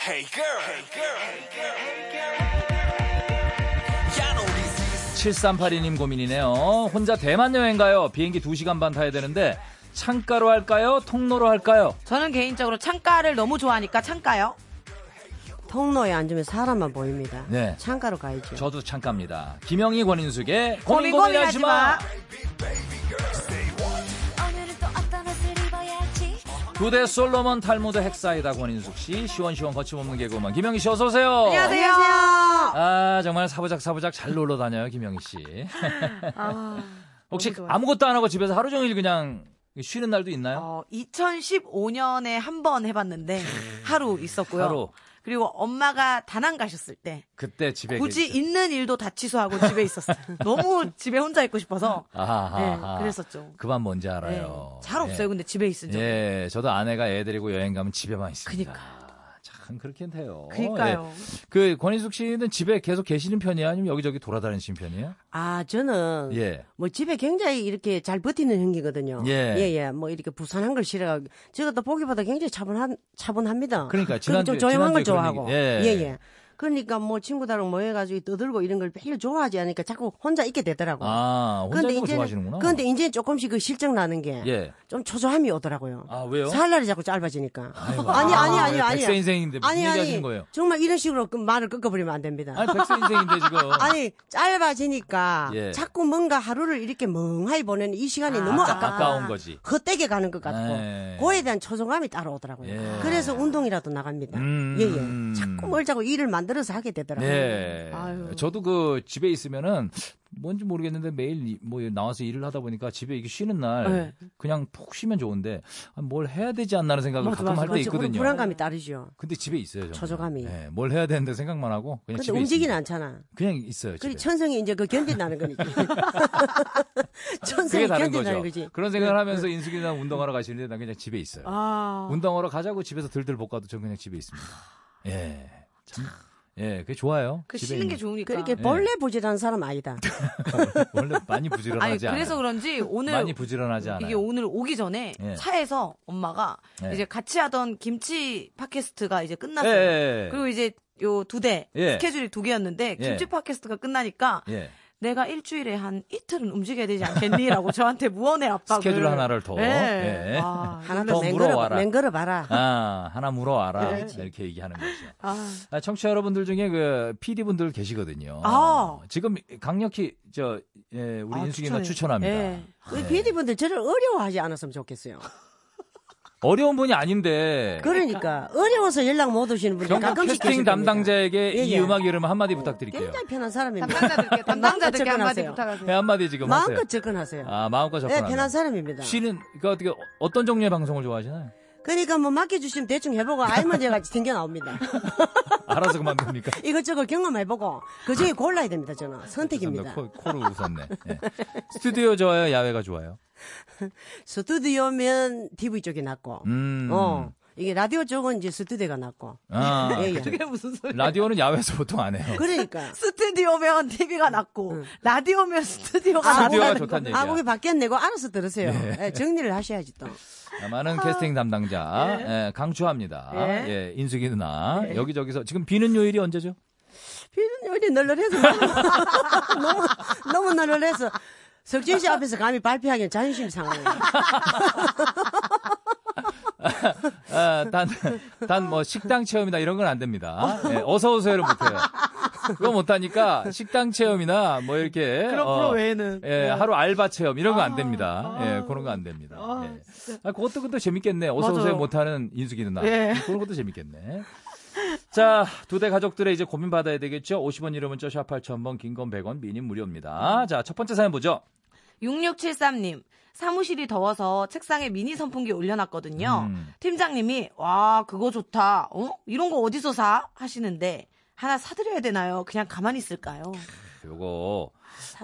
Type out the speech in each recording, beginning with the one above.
Hey girl. Hey girl. 야, 너 우리 7382님 고민이네요. 혼자 대만 여행 가요. 비행기 2시간 반 타야 되는데 창가로 할까요? 통로로 할까요? 저는 개인적으로 창가를 너무 좋아하니까 창가요. 통로에 앉으면 사람만 보입니다. 네. 창가로 가야죠. 저도 창가입니다. 김영희 권인숙의 고민 고민 고민 고민하지 하지 마. 어. 마. 오늘은 또 어떤 옷을 입어야지 두대 솔로몬 탈무드 핵사이다 권인숙 씨 시원시원 거침없는 개그우먼 김영희 씨 어서 오세요. 안녕하세요. 아 정말 사부작 사부작 잘 놀러 다녀요 김영희 씨. 아, 혹시 아무것도 안 하고 집에서 하루 종일 그냥 쉬는 날도 있나요? 어, 2015년에 한 번 해봤는데 하루 있었고요. 하루. 그리고 엄마가 다낭 가셨을 때 네, 그때 집에 굳이 계시- 있는 일도 다 취소하고 집에 있었어요. 너무 집에 혼자 있고 싶어서 아하하. 네, 그랬었죠. 그만 뭔지 네, 알아요. 잘 없어요. 근데 집에 있은 적. 예, 예, 저도 아내가 애들이고 여행 가면 집에만 있습니다. 그니까요. 참 그렇긴 해요. 그니까요. 예. 그 권인숙 씨는 집에 계속 계시는 편이에요? 아니면 여기저기 돌아다니시는 편이에요? 아, 저는 예. 뭐 집에 굉장히 이렇게 잘 버티는 형이거든요. 예. 예, 예. 뭐 이렇게 부산한 걸 싫어하고 제가 또 보기보다 굉장히 차분한 차분합니다. 그러니까 그리고 지난주에- 좀 조용한 걸 지난주에 그런 좋아하고. 얘기- 예. 예, 예. 그러니까 뭐 친구들하고 모여가지고 떠들고 이런 걸 별로 좋아하지 않으니까 자꾸 혼자 있게 되더라고. 아, 혼자 있는 거 좋아하시는구나. 근데 이제 조금씩 그 실증 나는 게 좀 예. 초조함이 오더라고요. 아, 왜요? 살날이 자꾸 짧아지니까. 아이고, 아니 아니 아니 아, 아니. 백세 인생인데 무슨 아니, 얘기 아니. 하시는 거예요? 정말 이런 식으로 그 말을 꺾어버리면 안 됩니다. 아니, 백세 인생인데 지금. 아니 짧아지니까 예. 자꾸 뭔가 하루를 이렇게 멍하게 보내는 이 시간이 너무 아깝 아까운 거지. 헛되게 가는 것 같고 예. 그에 대한 초조감이 따라오더라고요. 예. 그래서 운동이라도 나갑니다. 음. 예예. 자꾸 멀자고 일을 만들어서 하게 되더라고요. 네. 저도 그 집에 있으면은 뭔지 모르겠는데 매일 이- 뭐 나와서 일을 하다 보니까 집에 이게 쉬는 날 네. 그냥 푹 쉬면 좋은데 아, 뭘 해야 되지 않나라는 생각을 가끔 할 때 그렇죠. 그런 있거든요. 예, 불안감이 따르죠. 근데 집에 있어요. 저는. 초조감이. 네, 뭘 해야 되는데 생각만 하고 그냥 근데 집에 움직이는 있습니다. 않잖아. 그냥 있어요. 집에. 그리고 천성이 이제 그 견딘다는 거니까. 그게 천성이 다른 견딘다는 거죠. 거지. 그런 생각을 하면서 인숙이랑 운동하러 가시는데 난 그냥 집에 있어요. 아. 운동하러 가자고 집에서 들들 볶아도 전 그냥 집에 있습니다. 예. 참. 예, 그게 좋아요. 그 집에 쉬는 게 있는. 좋으니까. 그렇게 예. 본래 부지런한 사람 아니다. 원래 많이 아니 부지런하지 그래서 않아요. 그런지 오늘 많이 부지런하지 않아요. 이게 오늘 오기 전에 예. 차에서 엄마가 예. 이제 같이 하던 김치 팟캐스트가 이제 끝났어요. 예, 예, 예. 그리고 이제 요 두 대, 예. 스케줄이 두 개였는데 김치 예. 팟캐스트가 끝나니까 예. 내가 일주일에 한 이틀은 움직여야 되지 않겠니라고 저한테 무언의 압박을 스케줄 하나를 더. 예. 예. 아, 하나 더 더 맹걸어, 물어와라. 맹걸어 봐라. 아, 하나 네. 물어와라. 이렇게 얘기하는 거죠. 아. 아, 청취자 여러분들 중에 그 PD분들 계시거든요. 아. 지금 강력히 저 예, 우리 아, 인숙이 누나 추천해요. 추천합니다. 예. 우리 PD분들 저를 어려워하지 않았으면 좋겠어요. 어려운 분이 아닌데 그러니까 어려워서 연락 못 오시는 분들 경기 가끔씩 그러니까 캐스팅 계실 겁니다. 담당자에게 예, 이 예. 음악 이름 한마디 부탁드릴게요. 굉장히 편한 사람입니다. 담당자들께 담당자들께 마음껏 한마디 접근하세요. 부탁하세요. 네, 한마디 지금 하세요. 예, 마음껏 접근하세요. 아, 마음껏 예, 접근하세요. 편한 사람입니다. 쉬는 그러니까 어떻게 어- 어떤 종류의 방송을 좋아하시나요? 그러니까 뭐 맡겨주시면 대충 해보고 알문제 같이 생겨 나옵니다. 알아서 그만 둡니까? 이것저것 경험해보고 그 중에 골라야 됩니다. 아, 저는 선택입니다. 코, 코로 웃었네. 예. 스튜디오 좋아요, 야외가 좋아요. 스튜디오면 TV 쪽이 낫고, 음. 어 이게 라디오 쪽은 이제 스튜디오가 낫고. 아, 예, 예. 그게 무슨 소리? 라디오는 야외에서 보통 안 해요. 그러니까. 스튜디오면 TV가 낫고 라디오면 스튜디오가 아, 낫고 스튜디오가 아무거나- 좋다는 얘기야. 아무게 바뀌었네고 알아서 들으세요. 예, 정리를 하셔야지 또. 아. 많은 캐스팅 담당자 예, 강추합니다. 예. 인숙이 누나 예. 여기저기서 지금 비는 요일이 언제죠? 비는 요리 널널해서 너무- 너무 너무 널널해서 석진 씨 앞에서 감히 발표하기엔 자존심 상하네요. 아, 단단 뭐 식당 체험이나 이런 건 안 됩니다. 예, 어서 오세요를 못해요. 그거 못하니까 식당 체험이나 뭐 이렇게 그런 어, 프로 외에는 예, 하루 알바 체험 이런 거 안 됩니다. 예, 그런 거 안 됩니다. 예. 아, 그것도 그것도 재밌겠네. 어서 맞아요. 오세요 못하는 인숙이 누나. 예. 그런 것도 재밌겠네. 자, 두 대 가족들의 이제 고민 받아야 되겠죠. 50원 이름 문자 샵 8000번, 긴 건 100원, 미니 무료입니다. 자, 첫 번째 사연 보죠. 6673님. 사무실이 더워서 책상에 미니 선풍기 올려놨거든요. 음. 팀장님이 와 그거 좋다. 어? 이런 거 어디서 사? 하시는데 하나 사드려야 되나요? 그냥 가만히 있을까요? 요거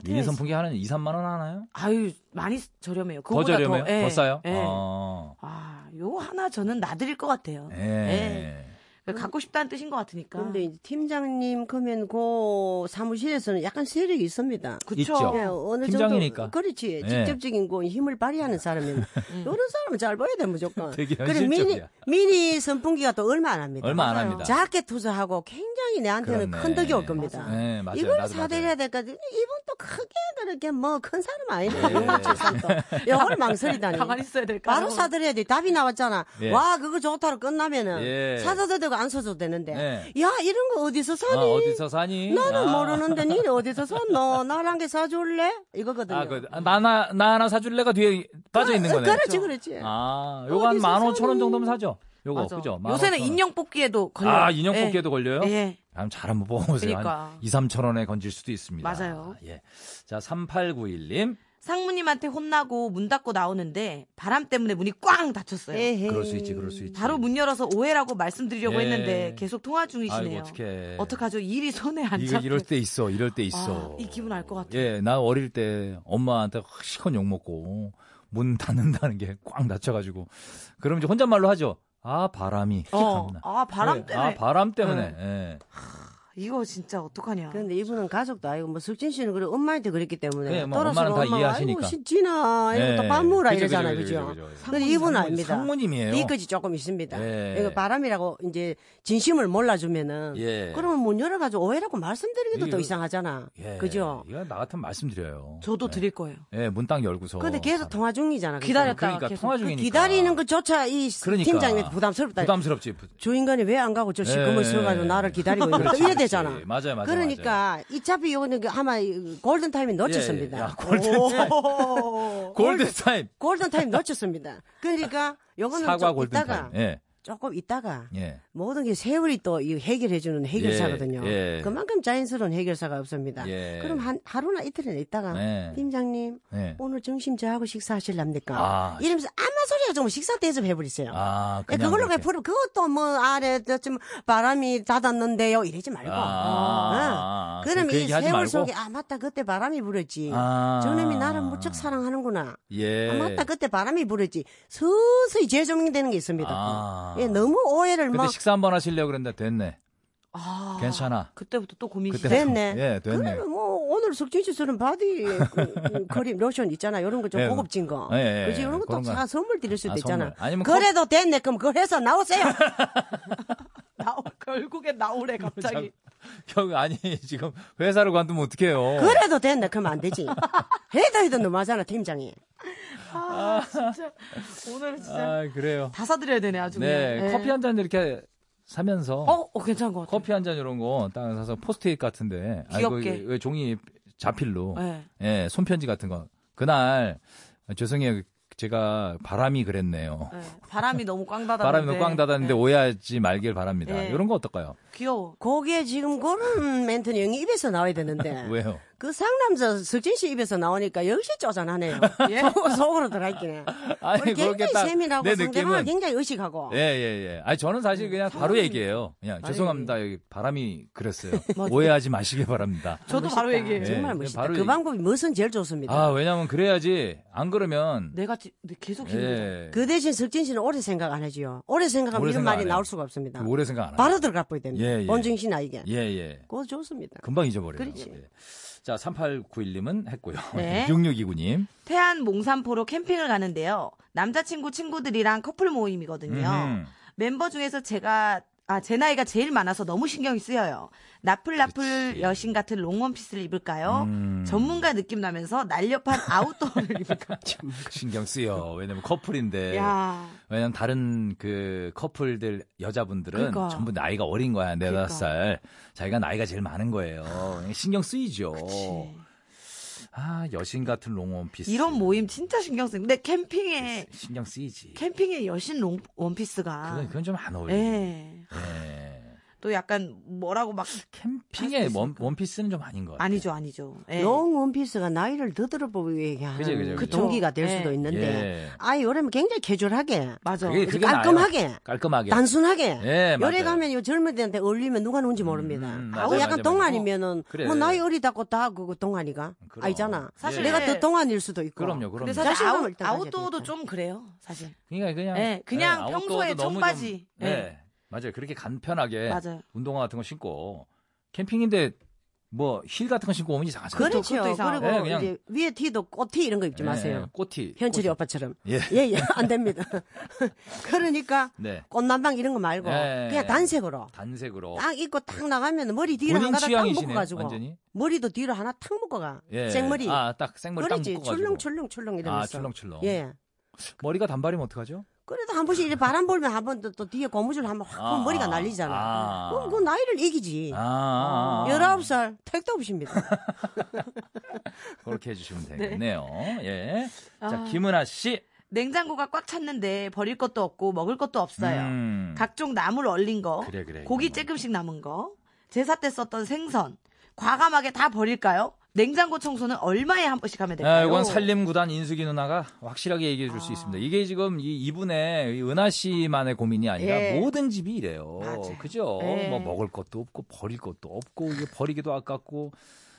미니 사드려야지. 선풍기 하는 2, 3만 원 하나요? 아유 많이 저렴해요. 더 그거보다 저렴해요? 예, 더 싸요? 예. 어. 아, 요거 하나 저는 놔드릴 것 같아요. 예. 예. 그러니까 갖고 싶다는 뜻인 것 같으니까. 근데 이제 팀장님 그러면 그 사무실에서는 약간 세력이 있습니다. 있죠. 예, 어느 팀장이니까. 정도 그렇지 예. 직접적인 거 힘을 발휘하는 사람이면 이런 사람은 잘 보여야 돼 무조건. 되게 그리고 미니 현실적이야. 미니 선풍기가 또 얼마 안 합니다. 얼마 안 맞아요. 합니다. 작게 투자하고 굉장히 내한테는 그렇네. 큰 덕이 올 겁니다. 네, 맞아요. 이걸 나도 맞아요. 사대해야 될까? 이분 또 크게 그렇게 뭐 큰 사람 아니네. 예. 용감치선 또. 영어를 망설이다니. 가만히 있어야 될까? 바로 사드려야 돼. 답이 나왔잖아. 예. 와, 그거 좋다로 끝나면은 예. 사줘도 되고 안 사줘도 되는데. 예. 야, 이런 거 어디서 사니? 아, 어디서 사니? 나는 아. 모르는데 니는 어디서 샀노? 나랑 게 사줄래? 이거거든요. 아, 그, 아, 나, 나, 나 하나 사줄래가 뒤에 빠져 있는 어, 거네. 그렇지, 그렇지. 아, 요거 한 어디서 15,000원 사니? 정도면 사죠. 요거, 예. 맞아. 그죠? 요새는 15,000원. 인형 뽑기에도 걸려. 아, 인형 뽑기에도 걸려요? 아, 예. 예. 그럼 잘 한번 뽑아보세요. 그러니까. 한 2, 3천 원에 건질 수도 있습니다. 맞아요. 예. 자, 3891님. 상무님한테 혼나고 문 닫고 나오는데 바람 때문에 문이 꽝 닫혔어요. 에헤이. 네. 그럴 수 있지, 그럴 수 있지. 예. 바로 문 열어서 오해라고 말씀드리려고 예. 했는데 계속 통화 중이시네요. 아이고, 어떡해. 어떡하죠? 일이 손에 안 이거 잡혀. 이럴 때 있어, 이럴 때 있어. 아, 이 기분 알 것 같아요. 예, 나 어릴 때 엄마한테 실컷 욕먹고 문 닫는다는 게 꽉 닫혀가지고. 그럼 이제 혼잣말로 하죠. 아, 바람이. 어, 참나. 아 바람 예, 때문에 아, 바람 때문에. 예. 이거 진짜 어떡하냐? 그런데 이분은 가족도 아니고 뭐 숙진 씨는 그래 엄마한테 그랬기 때문에 그래, 뭐 떨어서 엄마는 다 이해하시니까. 아이고 신진아 예. 이러고 또밥 먹으라 그죠, 그죠, 이러잖아요 그죠, 그죠? 그죠, 그죠. 근데 이분은 상무님, 아닙니다. 상무님이에요. 뒤끝이 조금 있습니다. 예. 이거 바람이라고 이제 진심을 몰라주면은 예. 그러면 문 열어가지고 오해라고 말씀드리기도 이거- 또 이상하잖아. 예. 그죠? 이거 나 같으면 말씀드려요. 저도 예. 드릴 거예요. 예, 문 딱 열고서. 근데 바람. 계속 통화 중이잖아. 그죠? 기다렸다가 그러니까 계속 통화 그 중이니까. 기다리는 것조차 이 그러니까. 팀장님이 부담스럽다. 부담스럽지. 부- 저 인간이 왜 안 가고 저 예. 시커먼 서가지고 나를 기다리고 있는 거 그렇지, 이래 되잖아. 그렇지. 맞아요, 맞아요. 맞아요. 그러니까 이차피 요거는 그 아마 이 골든 타임이 놓쳤습니다. 예, 예. 야, 골든 오. 골든 타임. 골든 타임 놓쳤습니다. 그러니까 요거는 사과 좀 골든 있다가 타임. 예. 조금 있다가 예. 모든 게 세월이 또 이 해결해주는 해결사거든요. 예, 예. 그만큼 자연스러운 해결사가 없습니다. 예. 그럼 한 하루나 이틀이나 있다가 네. 팀장님 네. 오늘 점심 저하고 식사하실랍니까? 아. 이러면서 아무 소리가 좀 식사 대접 해버리세요. 아, 예, 그냥 그걸로 이렇게. 그냥 부르 그것도 뭐 아래 좀 바람이 닫았는데요 이러지 말고. 아, 아, 아. 어. 그럼 그 이 얘기하지 세월 말고? 속에 아 맞다 그때 바람이 불었지. 아. 저놈이 나를 무척 사랑하는구나. 예. 아, 맞다 그때 바람이 불었지. 서서히 재조명되는 게 있습니다. 아. 예, 너무 오해를 근데 막 식사 한번 하시려고 그랬는데 됐네. 아, 괜찮아. 그때부터 또 고민이 그때 시작. 됐네. 예, 됐네. 그래, 뭐, 오늘 석진 씨 쓰는 바디 그, 그 크림, 로션 있잖아. 이런 거 좀 예. 고급진 거. 예, 예, 예. 그지? 이런 그런 것도 거. 다 선물 드릴 수도 아, 있잖아. 선물. 아니면 그래도 됐네. 그럼 그걸 해서 나오세요. 나오, 결국엔 나오래 갑자기. 형 아니 지금 회사를 관두면 어떡해요? 그래도 됐네. 그럼 안 되지. 해도 해도 너무하잖아, 팀장이. 아 진짜 오늘 진짜 아, 그래요. 다 사드려야 되네 아주. 네, 그냥. 예. 커피 한 잔 이렇게 사면서 어, 어 괜찮은 것 같아. 커피 한 잔 이런 거 딱 사서 포스트잇 같은데 아이고, 귀엽게. 이거 왜 종이 자필로 네. 예, 손편지 같은 거. 그날 아, 죄송해요. 제가 바람이 그랬네요. 예. 바람이 너무 꽝 닫았는데. 바람이 너무 꽝 닫았는데 오해하지 말길 바랍니다. 아, 네. 이런 거 어떨까요? 귀여워. 거기에 지금 그런 멘트는 영희 입에서 나와야 되는데. 왜요? 그 상남자 석진 씨 입에서 나오니까 역시 쪼잔하네. 요 예? 속으로 들어있긴 해. 아니, 우리 그렇게 굉장히 딱 세밀하고 내 상대방을 느낌은- 굉장히 의식하고. 예, 예, 예. 아니, 저는 사실 그냥 바로 얘기해요. 그냥 죄송합니다. 여기 바람이 그랬어요. 오해하지 마시길 바랍니다. 저도 멋있다. 바로 얘기해요. 예. 정말 멋있다. 바로 그 얘기- 방법이 무슨 제일 좋습니다. 아, 왜냐면 그래야지. 안 그러면. 내가 지- 내 계속 힘들어. 예. 그 대신 석진 씨는 오래 생각 안 해줘요. 오래 생각하면 오래 이런 생각 안 말이 해요. 나올 수가 없습니다. 그 오래 생각 안 하죠. 바로 들어가 버야 됩니다. 예, 예. 본정신 아이게. 예, 예. 그거 좋습니다. 금방 잊어버려요. 그렇지. 예. 자, 3891님은 했고요. 네. 6629님. 태안 몽산포로 캠핑을 가는데요. 남자친구 친구들이랑 커플 모임이거든요. 음흠. 멤버 중에서 제가 아, 제 나이가 제일 많아서 너무 신경이 쓰여요. 나풀나풀 그치. 음. 여신 같은 롱원피스를 입을까요? 전문가 느낌 나면서 날렵한 아웃도어를 입을까요? 신경 쓰여. 왜냐면 커플인데. 야. 왜냐면 다른 그 커플들 여자분들은 그러니까. 전부 나이가 어린 거야. 네다섯 살. 자기가 나이가 제일 많은 거예요. 아. 신경 쓰이죠. 아, 여신 같은 롱원피스. 이런 뭐 모임 진짜 신경 쓰는데 캠핑에 신경 쓰이지. 캠핑에 여신 롱 원피스가 그건, 그건 좀 안 어울려. 예. 예. 또 약간 뭐라고 막 캠핑에 원, 원피스는 좀 아닌 것 같아요. 아, 그러니까. 아니죠, 아니죠. 예. 롱 원피스가 나이를 더 들어보고 얘기하는 그죠, 그죠, 그죠. 동기가 될 예. 수도 있는데 예. 아이 요래면 굉장히 캐주얼하게 맞아. 그게, 그게 깔끔하게. 나아요. 깔끔하게. 단순하게 예, 맞아요. 요래 가면 요 젊은이한테 어울리면 누가 누군지 모릅니다. 음, 아, 맞아요, 약간 맞아요, 동안이면은 그래. 뭐 나이 어리다고 다 그거 동안이가 그럼. 아니잖아. 사실- 내가 더 동안일 수도 있고. 그럼요, 그럼요. 근데 사실 아웃, 자신감을 따져야 아웃도어도 되니까. 좀 그래요, 사실. 그러니까 그냥 예, 그냥 아웃도어도 평소에 너무 청바지. 좀, 예. 예. 맞아요. 그렇게 간편하게 맞아요. 운동화 같은 거 신고 캠핑인데 뭐 힐 같은 거 신고 오면 이상하잖아요. 그것도 그렇죠. 이상하고. 그리고 네, 그냥- 이제 위에 티도 꽃티 이런 거 입지 예, 마세요. 꼬티. 현철이 꼬티. 오빠처럼. 예. 예, 예, 안 됩니다. 그러니까 네. 꽃난방 이런 거 말고 예, 예. 그냥 단색으로 단색으로. 딱 입고 딱 나가면 머리 뒤로 한 어. 그 본인 가닥 딱 묶어 취향이시네. 가지고 완전히. 머리도 뒤로 하나 탁 묶어 가. 예. 생머리. 아, 딱 생머리 딱 그러지. 묶어 가지고. 출렁출렁 출렁 이러면서. 아, 출렁출렁. 예. 머리가 단발이면 어떡하죠? 그래도 한 번씩 이렇게 바람 불면 한 번 또 뒤에 고무줄 한번 확 아, 하면 머리가 날리잖아. 아. 그럼 그 나이를 이기지. 아, 아, 아. 어, 19살 택도 없습니다. 그렇게 해 주시면 되겠네요. 예. 자, 김은아 씨. 냉장고가 꽉 찼는데 버릴 것도 없고 먹을 것도 없어요. 음. 각종 나물 얼린 거, 그래, 그래. 고기 이거는. 쬐끔씩 남은 거, 제사 때 썼던 생선, 과감하게 다 버릴까요? 냉장고 청소는 얼마에 한 번씩 하면 아, 될까요? 이건 살림구단 인숙이 누나가 확실하게 얘기해 줄 수 아. 있습니다. 이게 지금 이, 이분의 이 은하 씨만의 고민이 아니라 예. 모든 집이 이래요. 맞아요. 그죠? 예. 뭐 먹을 것도 없고 버릴 것도 없고 이게 버리기도 아깝고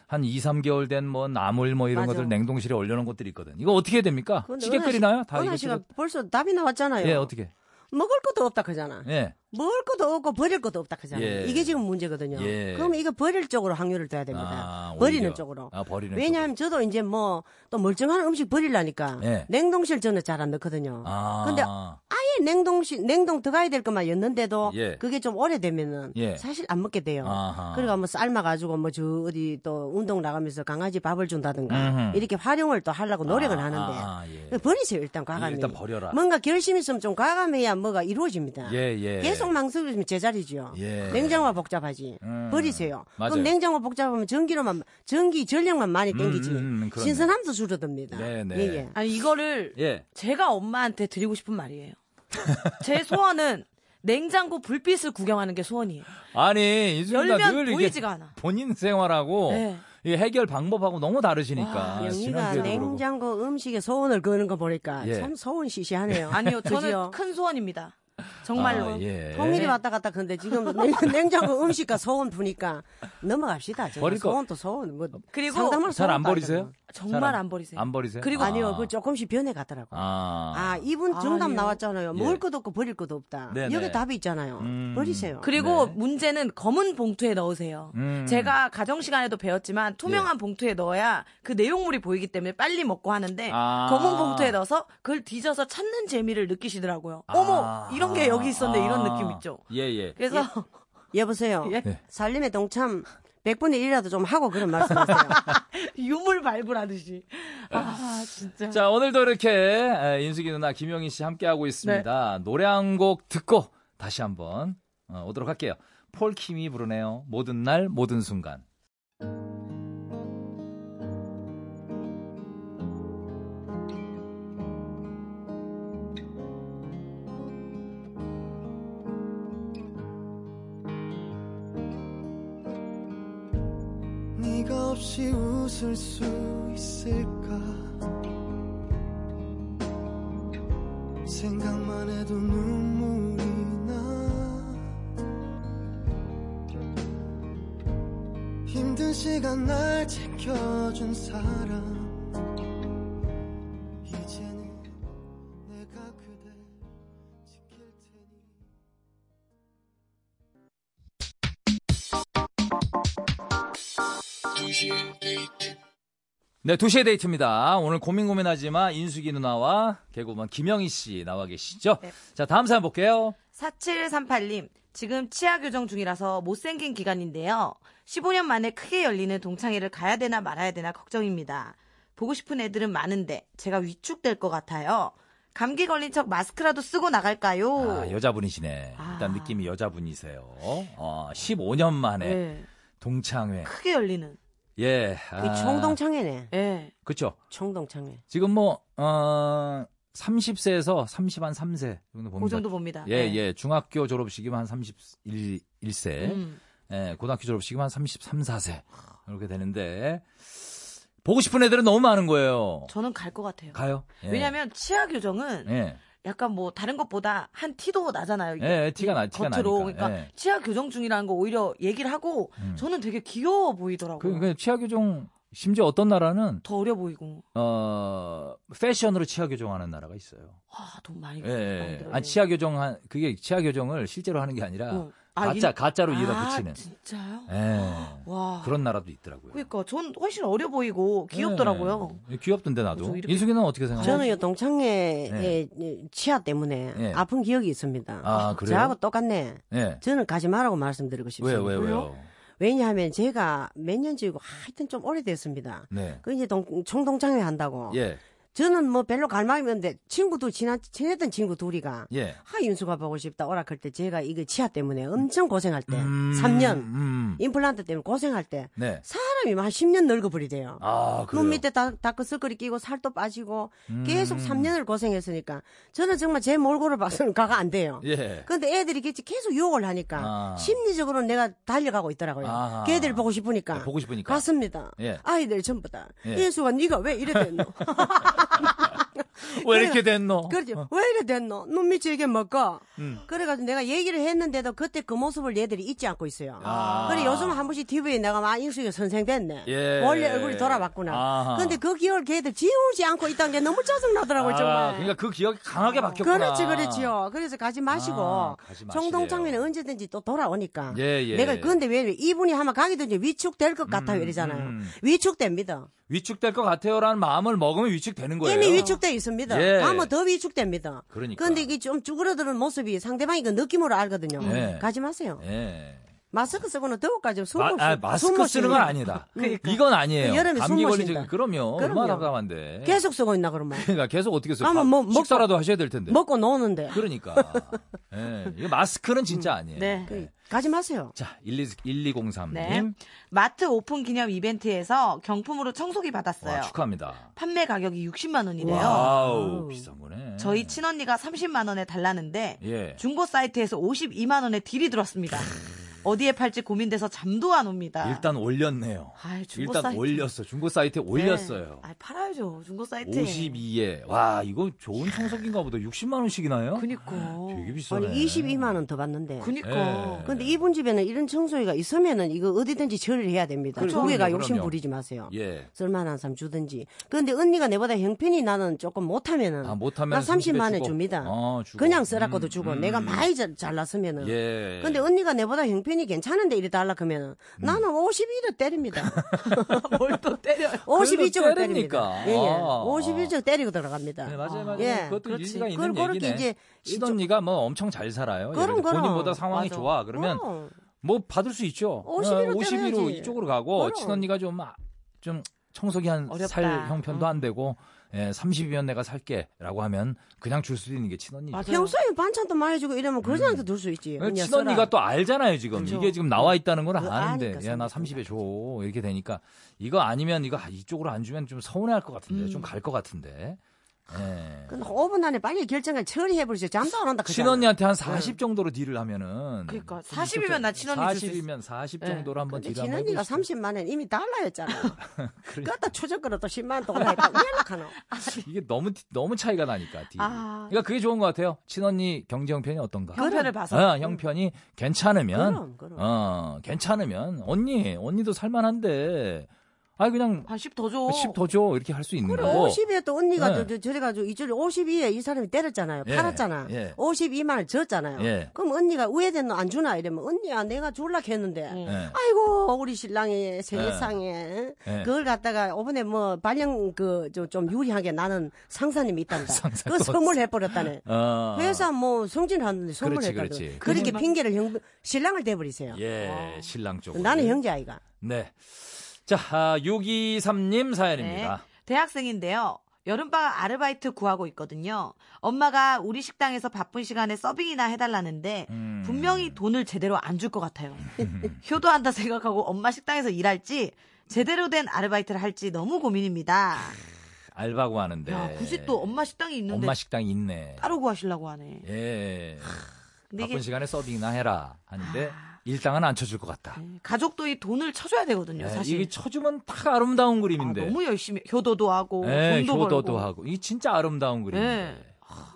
한 2, 3개월 된 뭐 나물 뭐 이런 맞아. 것들 냉동실에 올려놓은 것들이 있거든. 이거 어떻게 해야 됩니까? 찌개 끓이나요? 다 이거 은하 씨가 벌써 답이 나왔잖아요. 예, 어떻게? 먹을 것도 없다 그잖아. 예. 먹을 것도 없고 버릴 것도 없다 그잖아. 예. 이게 지금 문제거든요. 예. 그럼 이거 버릴 쪽으로 확률을 둬야 됩니다. 아, 버리는 오히려. 쪽으로. 아, 버리는 왜냐하면 저도 이제 뭐 또 멀쩡한 음식 버리려니까 예. 냉동실 저는 잘 안 넣거든요. 아. 근데 아예 냉동실 냉동 들어가야 될 것만 였는데도 예. 그게 좀 오래되면은 예. 사실 안 먹게 돼요. 아하. 그러니까 뭐 삶아 가지고 뭐 저 어디 또 운동 나가면서 강아지 밥을 준다든가 음흠. 이렇게 활용을 또 하려고 노력을 아, 하는데 그 아, 예. 버리세요 일단 과감히. 일단 버려라. 뭔가 결심 있으면 좀 과감해야 뭐가 이루어집니다. 예, 예. 계속 망설이면 제자리죠. 예. 냉장고가 복잡하지. 음. 버리세요. 맞아요. 그럼 냉장고 복잡하면 전기로만 전기 전력만 많이 땡기지. 음, 음, 음, 그렇네. 신선함도 줄어듭니다. 네, 네. 예, 예. 아니 이거를 예. 제가 엄마한테 드리고 싶은 말이에요. 제 소원은 냉장고 불빛을 구경하는 게 소원이에요. 아니 이준이가 열면 늘 이게 보이지가 않아. 본인 생활하고 네. 아, 이 해결 방법하고 너무 다르시니까 아, 영희가 지난주에도 그러니까 그러고. 냉장고 음식에 소원을 거는 거 보니까 예. 참 소원 시시하네요. 아니요, 그지요? 저는 큰 소원입니다. 정말로. 아, 예. 통일이 왔다 갔다 근데 지금 냉- 냉장고 음식과 소원 보니까 넘어갑시다. 저는 버릴 거- 소원 또 소원 뭐 그리고 상담할 잘 안 소원도 버리세요? 아니잖아. 정말 잘 안 버리세요. 그렇죠. 안 버리세요? 그리고- 아니요, 그 조금씩 변해가더라고. 요 아. 아, 이분 정답 아니요. 나왔잖아요. 예. 먹을 것도 없고 버릴 것도 없다. 네네. 여기 답이 있잖아요. 음. 버리세요. 그리고 네. 문제는 검은 봉투에 넣으세요. 음. 제가 가정 시간에도 배웠지만 투명한 봉투에 넣어야 그 내용물이 보이기 때문에 빨리 먹고 하는데 아. 검은 봉투에 넣어서 그걸 뒤져서 찾는 재미를 느끼시더라고요. 아. 어머 이런 게 여기 있었네 이런 느낌 있죠. 예예. 그래서 여보세요. 예. 네. 살림의 동참 100분의 1이라도 좀 하고 그런 말씀하세요. 유물 발굴하듯이 아 진짜 자 오늘도 이렇게 에, 인숙이 누나 김영희 씨 함께 하고 있습니다. 네. 노래 한 곡 듣고 다시 한번 어, 오도록 할게요. 폴킴이 부르네요. 모든 날 모든 순간. 네가 없이 웃을 수 있을까 생각만 해도 눈물이 나 힘든 시간 날 지켜준 사람 이제는 내가 그대 지킬 테니 네, 2시의 데이트입니다. 오늘 고민 고민하지마 인숙이 누나와 개그우먼 김영희 씨 나와 계시죠? 네. 자, 다음 사연 볼게요. 4738님, 지금 치아 교정 중이라서 못생긴 기간인데요. 15년 만에 크게 열리는 동창회를 가야 되나 말아야 되나 걱정입니다. 보고 싶은 애들은 많은데 제가 위축될 것 같아요. 감기 걸린 척 마스크라도 쓰고 나갈까요? 아, 여자분이시네. 일단 아. 느낌이 여자분이세요. 어, 15년 만에 예, 동창회. 크게 열리는. 예. 그 아, 이 총동창회네. 예. 그쵸. 총동창회. 지금 뭐, 어, 30세에서 30한 3세 정도 봅니다. 그 정도 봅니다. 예, 예. 예. 중학교 졸업식이면 한 31, 1세. 음. 예, 고등학교 졸업식이면 한 33, 4세. 이렇게 되는데, 보고 싶은 애들은 너무 많은 거예요. 저는 갈 것 같아요. 가요? 예. 왜냐면 치아 교정은 예. 약간 뭐 다른 것보다 한 티도 나잖아요. 이게. 예, 예, 티가 나- 티가 겉으로 나니까. 그러니까 예. 음. 치아 교정 중이라는 거 오히려 얘기를 하고 저는 되게 귀여워 보이더라고요. 그, 그 치아 교정 심지어 어떤 나라는 더 어려 보이고. 어 패션으로 치아 교정하는 나라가 있어요. 아, 돈 많이 예, 예. 들어. 아 치아 교정한 그게 치아 교정을 실제로 하는 게 아니라 어. 아, 가짜 일- 가짜로 아, 이에다 붙이는. 진짜요? 예. 와. 그런 나라도 있더라고요. 그러니까 전 훨씬 어려 보이고 귀엽더라고요. 예. 귀엽던데 그죠, 나도. 이렇게- 인숙이는 어떻게 생각해요? 저는 요 동창회에 예, 치아 때문에 예. 아픈 기억이 있습니다. 아, 그래요? 저하고 똑같네. 예. 저는 가지 말라고 말씀드리고 왜요, 싶습니다. 왜요, 왜요? 왜냐하면 제가 몇 년 지고 하여튼 좀 오래됐습니다. 네. 그 이제 동, 총동창회 한다고. 예, 저는 뭐 별로 갈망이 없는데 친구도 지난 친했던 친구 둘이가 예. 하 윤수가 보고 싶다 오라 그럴 때 제가 이거 치아 때문에 엄청 고생할 때 음, 3년 음. 임플란트 때문에 고생할 때 예. 네. 사람이 한 10년 늙어버리대요. 아, 그래요. 눈 밑에 다, 다크서클이 끼고 살도 빠지고 음. 계속 3년을 고생했으니까 저는 정말 제 몰골을 봐서는 가가 안 돼요. 예. 그 근데 애들이 계속- 계속 유혹을 하니까 아. 심리적으로 내가 달려가고 있더라고요. 아하. 네, 걔들 보고 싶으니까. 보고 싶으니까. 갔습니다. 예. 아이들 전부 다. 예. 예수가 네가 왜 이래 됐노? 왜 이렇게 됐노? 그렇지. 왜 이래 됐노? 눈 밑이 이게 뭐가? 음. 그래가지고 내가 얘기를 했는데도 그때 그 모습을 얘들이 잊지 않고 있어요. 아. 그래 요즘 한 번씩 TV에 내가 막 인수위가 선생 됐네. 예. 원래 얼굴이 돌아왔구나. 아하. 근데 그 기억을 걔들 지우지 않고 있다는 게 너무 짜증나더라고요, 아, 정말. 어, 그러니까 그 기억이 강하게 바뀌었구나. 그렇지, 그렇지요. 그래서 가지 마시고. 아, 가지 마시래요. 정동창면에 언제든지 또 돌아오니까. 예, 예. 내가, 근데 왜, 이래? 이분이 하면 가기든지 위축될 것 같아요. 이러잖아요. 음. 위축됩니다. 위축될 것 같아요라는 마음을 먹으면 위축되는 거예요. 이미 위축돼 있습니다. 예. 가면 더 위축됩니다. 그러니까. 근데 이게 좀 쭈그러드는 모습이 상대방이 그 느낌으로 알거든요. 예. 가지 마세요. 예. 마스크 쓰고는 더워까지 숨 마, 못 쉬- 아, 숨 마스크 못 쓰는 쉬는 건 거야. 아니다. 그러니까. 이건 아니에요. 여름에 숨 감기 못 걸리지. 쉰다. 그럼요. 그럼요. 얼마나 감한데. 계속 쓰고 있나 그러면. 그러니까 계속 어떻게 써요? 아마 밥- 뭐 먹고- 식사라도 하셔야 될 텐데. 먹고 노는데. 네. 그러니까. 예. 이거 마스크는 음, 진짜 아니에요. 네. 예. 그, 가지 마세요. 자, 예. 1203님. 네. 마트 오픈 기념 이벤트에서 경품으로 청소기 받았어요. 와, 축하합니다. 판매 가격이 60만 네. 원이래요. 와우, 비싼 거네. 저희 친언니가 30만 원에 달라는데 예. 중고 사이트에서 52만 원에 딜이 들었습니다. 어디에 팔지 고민돼서 잠도 안 옵니다. 일단 올렸네요. 아이, 중고 일단 사이트. 올렸어. 중고 사이트에 네. 올렸어요. 아, 팔아야죠. 중고 사이트에. 52에. 와, 이거 좋은 청소기인가 보다. 60만 원씩이나요? 그니까. 되게 비싸네. 아니 22만 원 더 받는데. 그니까. 예. 근데 이분 집에는 이런 청소기가 있으면은 이거 어디든지 처리를 해야 됩니다. 그렇죠. 조개가 그럼요, 욕심 그럼요. 부리지 마세요. 예. 쓸만한 사람 주든지. 근데 언니가 내보다 형편이 나는 조금 못하면은 아, 못하면은 나 30만 삼십에 원 주고. 줍니다. 아, 주고. 그냥 쓰라고도 주고 음. 내가 많이 잘, 잘났으면은. 예. 근데 어, 언니가 내보다 형편이 괜찮은데 이래 달라 그러면은 음. 나는 51을 때립니다. 뭘 또 때려요. 52쪽을 때립니까? 때립니다. 예, 예. 아. 51쪽 때리고 들어갑니다. 네, 맞아요, 맞아요. 예. 그것도 그렇지. 일리가 있는 그걸 그렇게 얘기네. 이제 시던니가 뭐 엄청 잘 살아요. 예를 그럼, 들어 그럼. 본인보다 상황이 맞아. 좋아. 그러면 어. 뭐 받을 수 있죠. 52 로 52 로 때려야지. 이쪽으로 가고 그럼. 친언니가 좀 아, 좀 청소기 한 어렵다. 살 형편도 안 되고 예, 30이면 내가 살게라고 하면 그냥 줄 수 있는 게 친언니죠. 맞아요. 평소에 반찬도 많이 주고 이러면 그러지한테 둘 수 있지. 언니야, 음. 친언니가 써라. 또 알잖아요 지금 이게 지금 나와 있다는 걸 그거 아는데 아니까 야 나 30에 줘 이렇게 되니까 이거 아니면 이거 아, 이쪽으로 안 주면 좀 서운해할 것 같은데 좀 갈 것 같은데 예. 근데 5분 안에 빨리 결정을 처리해 버리죠. 잠도 안 온다. 그잖아. 친언니한테 한 40 정도로 딜을 하면은 그러니까 40이면 이면 나 친언니 줄수 있어. 40이면 40 정도로 한번 근데 딜을 한번 친언니가 해보시죠. 그러니까. 30만 원 이미 달라였잖아. 그러다 초저거로 또 10만 원 돈하니까 연락하노. 이게 너무 너무 차이가 나니까. 딜이. 아. 그러니까 그게 좋은 것 같아요. 친언니 경제 형편이 어떤가? 형편을 봐서. 어, 형편이 괜찮으면 그럼, 그럼. 어, 괜찮으면 언니 언니도 살만한데 아니 그냥 한 10 더 줘. 10 더 줘 이렇게 할 수 있는 그래, 거고. 50에 또 언니가 네. 저- 저- 저래가지고 이쪽에 52에 이 사람이 때렸잖아요. 예, 팔았잖아. 예. 52만 원 졌잖아요. 예. 그럼 언니가 우회된 너 안 주나 이러면 언니야 내가 줄라 했는데 예. 아이고 우리 신랑이 세상에 예. 그걸 갖다가 이번에 뭐 발령 그좀 유리하게 나는 상사님이 있단다. 상사 그 또 선물해 버렸다네. 어. 회사 뭐 성진하는데 그렇지, 선물했다. 그렇지. 그렇게 핑계를 형 신랑을 대버리세요. 어. 예, 신랑 쪽. 나는 형제 아이가. 네. 자, 아, 623님 사연입니다. 네. 대학생인데요. 여름방학 아르바이트 구하고 있거든요. 엄마가 우리 식당에서 바쁜 시간에 서빙이나 해달라는데 음. 분명히 돈을 제대로 안 줄 것 같아요. 효도한다 생각하고 엄마 식당에서 일할지 제대로 된 아르바이트를 할지 너무 고민입니다. 알바 구하는데. 야, 아, 굳이 또 엄마 식당이 있는데 네. 엄마 식당 있네. 따로 구하시려고 하네. 예. 근데 바쁜 이게 아. 시간에 서빙이나 해라 하는데 일당은 안 쳐줄 것 같다. 가족도 이 돈을 쳐줘야 되거든요. 예, 네, 사실 이게 쳐주면 딱 아름다운 아, 그림인데. 너무 열심히 효도도 하고 예, 돈도 효도도 네. 벌고 하고. 이게 진짜 아름다운 그림인데. 예.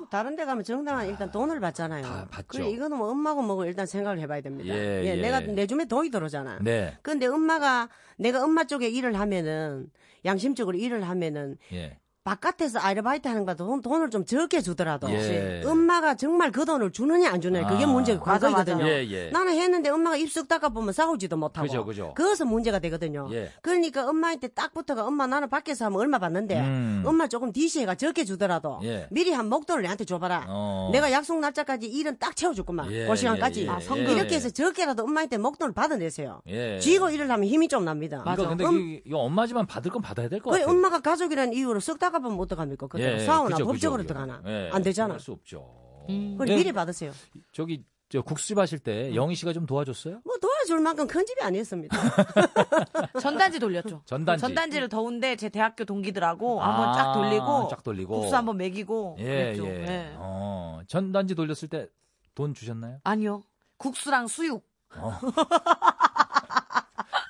다른 데 가면 정당한 일단 돈을 받잖아요. 다 받죠. 그래, 이거는 뭐 엄마고 뭐고 일단 생각을 해봐야 됩니다. 예, 예. 내가 내 주머니에 돈이 들어오잖아. 네. 근데 엄마가 내가 엄마 쪽에 일을 하면은 양심적으로 일을 하면은 예. 바깥에서 아르바이트 하는 것도 돈- 돈을 좀 적게 주더라도 예. 엄마가 정말 그 돈을 주느냐 안 주느냐 그게 아. 문제가 맞아, 맞아. 과거거든요. 예, 예. 나는 했는데 엄마가 입숙 닦아보면 싸우지도 못하고 그죠, 그죠. 서 문제가 되거든요. 예. 그러니까 엄마한테 딱 붙어가 엄마 나는 밖에서 하면 얼마 받는데 음. 엄마 조금 DC가 적게 주더라도 예. 미리 한 목돈을 내한테 줘봐라. 어. 내가 약속 날짜까지 일은 딱 채워줬구만. 예, 그 시간까지. 예, 예, 아, 성금. 이렇게 해서 적게라도 엄마한테 목돈을 받아내세요. 예. 쥐고 일을 하면 힘이 좀 납니다. 이거 근데 엄- 이, 이거 엄마지만 받을 건 받아야 될 것 그 같아요. 엄마가 가족이라는 이유로 썩 다가보면 어떡합니까? 그때 예, 싸우나 그죠, 법적으로 그죠, 들어가나 예, 안 되잖아. 음. 그럴 수 없죠. 그걸 예, 미리 받으세요. 저기 저 국수집 하실 때 영희 씨가 좀 도와줬어요? 뭐 도와줄 만큼 큰 집이 아니었습니다. 전단지 돌렸죠. 전단지. 를 더운데 제 대학교 동기들하고 아, 한번 쫙 돌리고, 쫙 돌리고. 국수 한번 먹이고 예, 그랬죠. 예. 예. 어, 전단지 돌렸을 때 돈 주셨나요? 아니요. 국수랑 수육.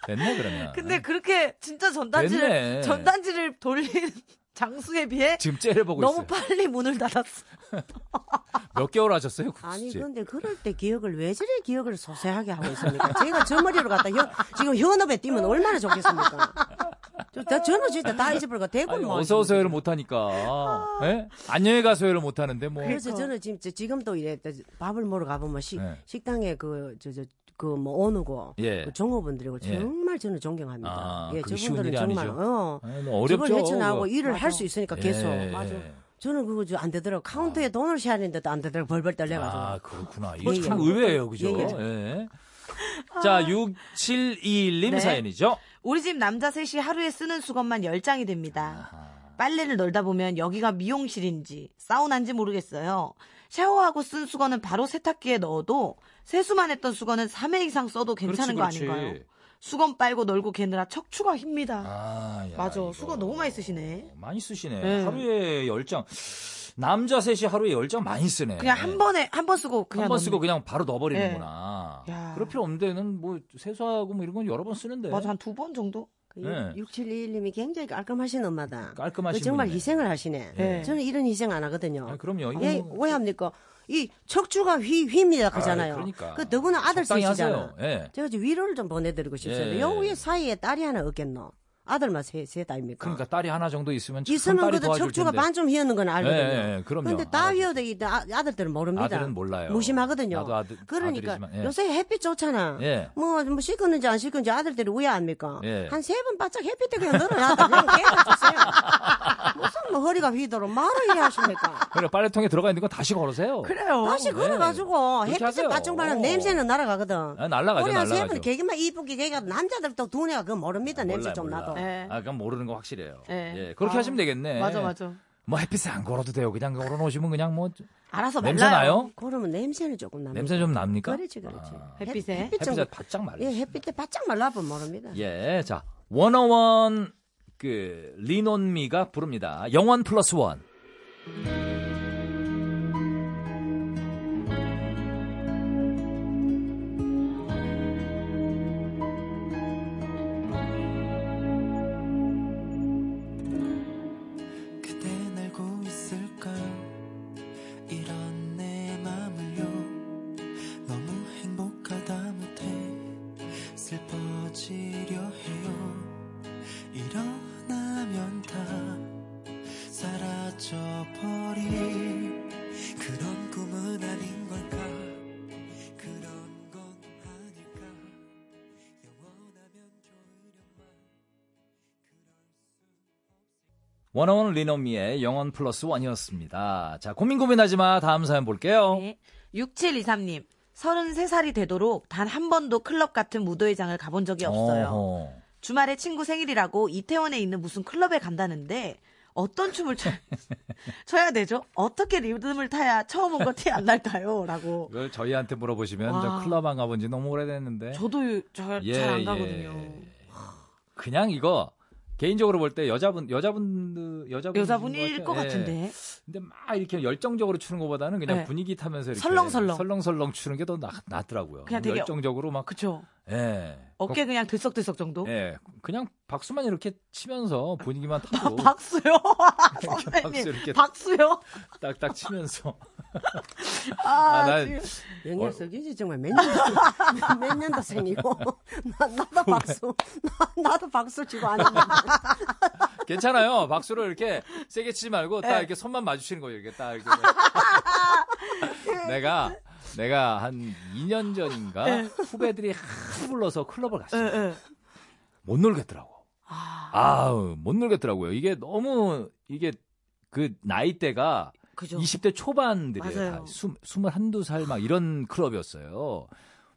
됐네 그러면. 근데 그렇게 진짜 전단지를 됐네. 전단지를 돌린 장수에 비해 지금 째려보고 너무 있어요. 빨리 문을 닫았어. 몇 개월 하셨어요 아니 국수집? 근데 그럴 때 기억을 왜 저래 기억을 소세하게 하고 있습니까? 제가 저 머리로 갖다 현- 지금 현업에 뛰면 얼마나 좋겠습니까? 저, 다 저는 진짜 다 잊어버리고 대고 아니, 뭐 어서 오세요를 못 하니까. 예? 안녕히 가세요를 못 하는데 뭐. 그래서 저는 지금 저- 지금도 이래 밥을 먹으러 가보면 식 네. 식당에 그 저 저 그 뭐 어느고 예. 그 종업원들이고 예. 정말 저는 존경합니다. 아, 예, 그게 쉬운 저분들은 일이 정말 아니죠. 어. 아니, 너무 어렵죠. 집을 헤쳐나오고 그거. 일을 할 수 있으니까 계속. 예. 저는 그거 저안 되더라고. 카운터에 돈을 셔야 되는데도 안 되더라고. 벌벌 떨려가지고. 아, 그렇구나. 이거 예, 참 예. 의외예요. 그죠? 예, 예. 자, 6721님 네. 사연이죠. 우리 집 남자 셋이 하루에 쓰는 수건만 10장이 됩니다. 빨래를 널다 보면 여기가 미용실인지 사우나인지 모르겠어요. 샤워하고 쓴 수건은 바로 세탁기에 넣어도 세수만 했던 수건은 3회 이상 써도 괜찮은 그렇지, 거 그렇지. 아닌가요? 수건 빨고 널고 개느라 척추가 힘니다. 아, 야, 맞아. 이거. 수건 너무 많이 쓰시네. 많이 쓰시네. 예. 하루에 10장. 남자 셋이 하루에 10장 많이 쓰네. 그냥 한 번에 한 번 쓰고 그냥 한 번 넣는- 쓰고 그냥 바로 넣어버리는구나. 네. 예. 야. 그럴 필요 없는데는 뭐 세수하고 뭐 이런 건 여러 번 쓰는데. 맞아 한 두 번 정도? 그 네. 6721님이 굉장히 깔끔하신 엄마다. 깔끔하신 그 정말 분이네. 희생을 하시네. 예. 저는 이런 희생 안 하거든요. 아, 그럼요. 이거 예, 뭐- 왜 합니까? 이 척추가 휘, 휘입니다. 그잖아요. 아, 그러니까. 그 더구나 아들 적당히 셋이잖아. 하세요. 예. 제가 지금 위로를 좀 보내드리고 싶어요. 예. 요 위에 사이에 딸이 하나 없겠노? 아들만 세, 셋 아닙니까? 그러니까 딸이 하나 정도 있으면 참 있으면 딸이 그래도 도와줄 척추가 텐데. 반쯤 휘어는 건 알거든요. 예, 예, 그럼요. 근데 다 알아요. 휘어도 이 아- 아들들은 모릅니다. 아들은 몰라요. 무심하거든요. 나도 아들- 그러니까 아들이지만, 예. 요새 햇빛 좋잖아. 예. 뭐, 뭐 씻었는지 안 씻었는지 아들들이 우야 합니까? 예. 한 세 번 바짝 햇빛에 그냥 늘어놨다. 그냥 깨워주세요. 무슨 뭐 허리가 휘도록 말을 이래 하십니까? 그래 그러니까 빨래통에 들어가 있는 건 다시 걸으세요. 그래요. 다시 네. 걸어가지고 그렇게 햇빛에 하세요. 바짝 말하면 어. 냄새는 날아가거든. 아, 날아가죠, 우리 한세 날아가죠. 번 어, 개기만 이쁘게 개가 남자들도 두뇌가 그거 모릅니다. 냄새 몰라요, 좀 몰라. 나도. 예. 아, 그럼 모르는 거 확실해요. 예. 예, 그렇게 아. 하시면 되겠네. 맞아 맞아. 뭐 햇빛에 안 걸어도 돼요. 그냥 걸어놓으시면 그냥 뭐 알아서 냄새 말라요. 나요? 그러면 냄새는 조금 납니다. 냄새 좀 납니까? 그렇지, 그렇지. 아. 햇빛에? 햇빛 햇빛에 좀, 바짝 말려. 예, 햇빛에 바짝 말라보면 모릅니다. 예, 자 원어원 그 리논미가 부릅니다. 영원 플러스 원. 그대 알고 있을까요 이런 내 맘을요 너무 행복하다 못해 슬퍼지려 해요 일어나면 다 사라져버릴 그런 꿈은 아닌 걸까 그런 건 아닐까 영원하면 좋으련만 원어원 리논미의 영원 플러스 원이었습니다. 자 고민 고민하지 마. 다음 사연 볼게요. 네. 6723님. 33살이 되도록 단 한 번도 클럽 같은 무도회장을 가본 적이 네, 없어요. 어허. 주말에 친구 생일이라고 이태원에 있는 무슨 클럽에 간다는데 어떤 춤을 춰, 춰야 되죠? 어떻게 리듬을 타야 처음 온 거 티 안 날까요? 라고. 이걸 저희한테 물어보시면 와. 저 클럽 안 가본 네. 지 너무 오래됐는데. 저도 잘 안 예, 예. 가거든요. 그냥 이거 개인적으로 볼 때 여자분 여자분 여자분 여자분일 뭐 예. 것 같은데. 근데 막 이렇게 열정적으로 추는 것보다는 그냥 네. 분위기 타면서 이렇게 설렁설렁. 설렁설렁 추는 게 더 낫더라고요. 그냥 되게 열정적으로 막 그쵸. 예. 어깨 그냥 들썩들썩 정도? 거- 예. 그냥 박수만 이렇게 치면서 분위기만 타고 박수요? 이렇게 어, 박수 선배님. 이렇게 박수요? 딱딱 치면서 아, 아, 난- 지금. 영양 석이지 정말 몇 년도 몇 년도 생이고 나, 나도 박수 나, 나도 박수 치고 하는데 괜찮아요. 박수를 이렇게 세게 치지 말고 딱 예. 이렇게 손만 마주치는 거예요. 이렇게 딱 이렇게. 뭐. 내가 내가 한 2년 전인가 후배들이 하 불러서 클럽을 갔어요. 예, 예. 못 놀겠더라고. 아, 아우, 못 놀겠더라고요. 이게 너무, 이게 그 나이대가 그죠. 20대 초반들이에요. 맞아요. 다. 스, 21, 2살 막 이런 클럽이었어요.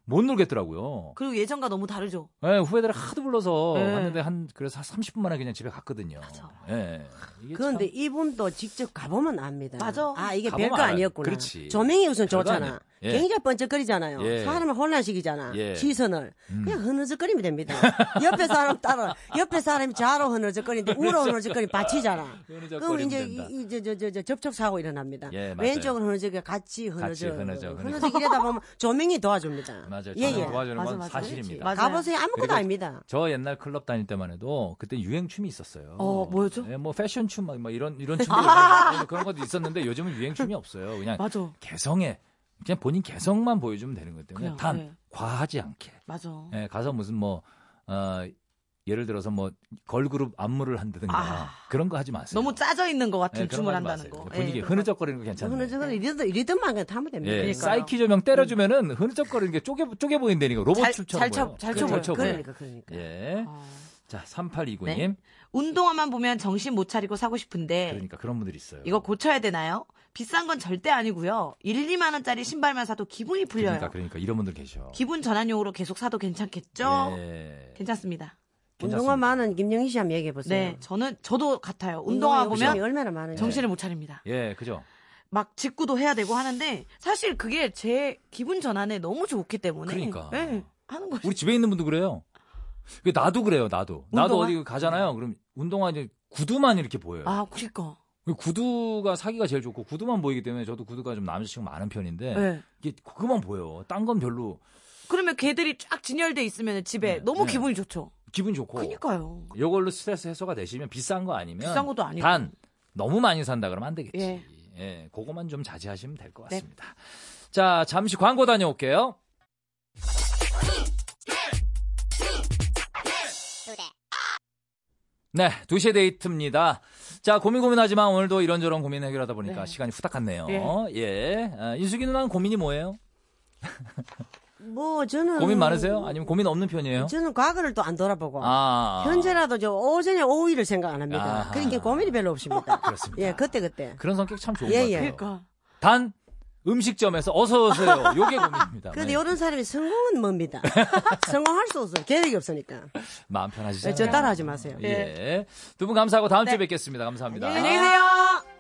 못 놀겠더라고요. 그리고 예전과 너무 다르죠. 예, 후배들 하도 불러서 네. 갔는데 한, 그래서 한 30분 만에 그냥 집에 갔거든요. 예. 이게 그런데 참- 이분도 직접 가보면 압니다. 맞아. 아 이게 가보면 별거 알아요. 아니었구나. 그렇지. 조명이 우선 별거 좋잖아. 아니야. 예. 굉장히 번쩍거리잖아요. 예. 사람을 혼란시키잖아. 예. 시선을 그냥 흐느적거리면 됩니다. 옆에 사람 따라 옆에 사람이 좌로 흐느적거리는데 우로 흐느적거리면 받치잖아. 그렇죠. 흐느적거리면 그럼 이제 된다. 이- 이제 저, 저, 저 접촉 사고 일어납니다. 예, 맞아요. 왼쪽은 흐느적이 같이 같이 흐느적 흐느적, 흐느적. 흐느적 이러다 보면 조명이 도와줍니다. 맞아요. 예, 저는 예. 도와주는 건 맞아, 맞아. 사실입니다. 맞아요. 가보세요 아무것도 그리고 아닙니다. 저 옛날 클럽 다닐 때만 해도 그때 유행 춤이 있었어요. 어, 뭐였죠? 예, 뭐 패션 춤 막 이런 이런 춤 그런 것도 있었는데 요즘은 유행 춤이 없어요. 그냥 맞아. 개성에 그냥 본인 개성만 보여주면 되는 것 때문에 그래요, 단 네. 어. 과하지 않게 맞아. 예, 가서 무슨 뭐 어, 예를 들어서 뭐 걸그룹 안무를 한다든가 아. 그런 거 하지 마세요. 너무 짜져 있는 것 같은 예, 그런 하지 춤을 한다는 마세요. 거. 분위기 예, 흐느적거리는 거 괜찮아요. 흐느적은 리듬 리듬만 그냥 타면 됩니다. 예, 그러니까요. 사이키 조명 때려주면은 흐느적거리는 게 쪼개 쪼개 보인다니까 로봇 잘- 춤처럼 잘 쳐- 보여요. 잘 그래, 쳐보여요. 아. 쳐 보여요. 그러니까 그러니까. 예. 자, 3829님. 네. 운동화만 보면 정신 못 차리고 사고 싶은데 그러니까 그런 분들이 있어요. 네. 이거 고쳐야 되나요? 비싼 건 절대 아니고요. 1, 2만 원짜리 신발만 사도 기분이 풀려요. 그러니까 그러니까 이런 분들 계셔. 기분 전환용으로 계속 사도 괜찮겠죠? 예. 괜찮습니다. 운동화 괜찮습니다. 많은 김영희 씨 한번 얘기해 보세요. 네, 저는 저도 같아요. 운동화 욕심이 보면 네. 얼마나 많은지. 정신을 못 차립니다. 예, 그죠? 막 직구도 해야 되고 하는데 사실 그게 제 기분 전환에 너무 좋기 때문에 그러니까. 예, 하는 거죠. 우리 집에 있는 분도 그래요. 그 나도 그래요, 나도. 나도 운동화? 어디 가잖아요. 그럼 운동화 이제 구두만 이렇게 보여요. 아, 그러니까. 그 구두가 사기가 제일 좋고 구두만 보이기 때문에 저도 구두가 좀 남자친구 많은 편인데 예. 이게 그만 보여. 딴 건 별로 그러면 걔들이 쫙 진열돼 있으면 집에 너무 네. 기분이 좋죠. 기분 좋고. 그러니까요. 요걸로 스트레스 해소가 되시면 비싼 거 아니면 비싼 것도 아니고. 단 너무 많이 산다 그러면 안 되겠지. 예. 네. 예. 그거만 좀 자제하시면 될 것 같습니다. 자, 잠시 광고 다녀올게요. 네, 2시의 데이트입니다. 자, 고민 고민하지만 오늘도 이런저런 고민 해결하다 보니까 네. 시간이 후딱 갔네요. 예. 예. 아, 인숙이 누나는 고민이 뭐예요? 뭐 저는 고민 많으세요? 아니면 고민 없는 편이에요? 저는 과거를 또 안 돌아보고 아. 현재라도 저 오전에 오후일을 생각 안 합니다. 아하. 그러니까 고민이 별로 없습니다. 그렇습니다. 아, 예, 그때 그때. 그런 성격 참 좋은 예, 것 예. 같아요. 그러니까. 단 음식점에서 어서 오세요. 요게 고민입니다. 그런데 네. 이런 사람이 성공은 뭡니다. 성공할 수 없어요. 계획이 없으니까. 네, 마음 예. 편하시죠? 저 따라하지 마세요. 네. 예. 두 분 감사하고 다음 주에 뵙겠습니다. 감사합니다. 안녕히 계세요.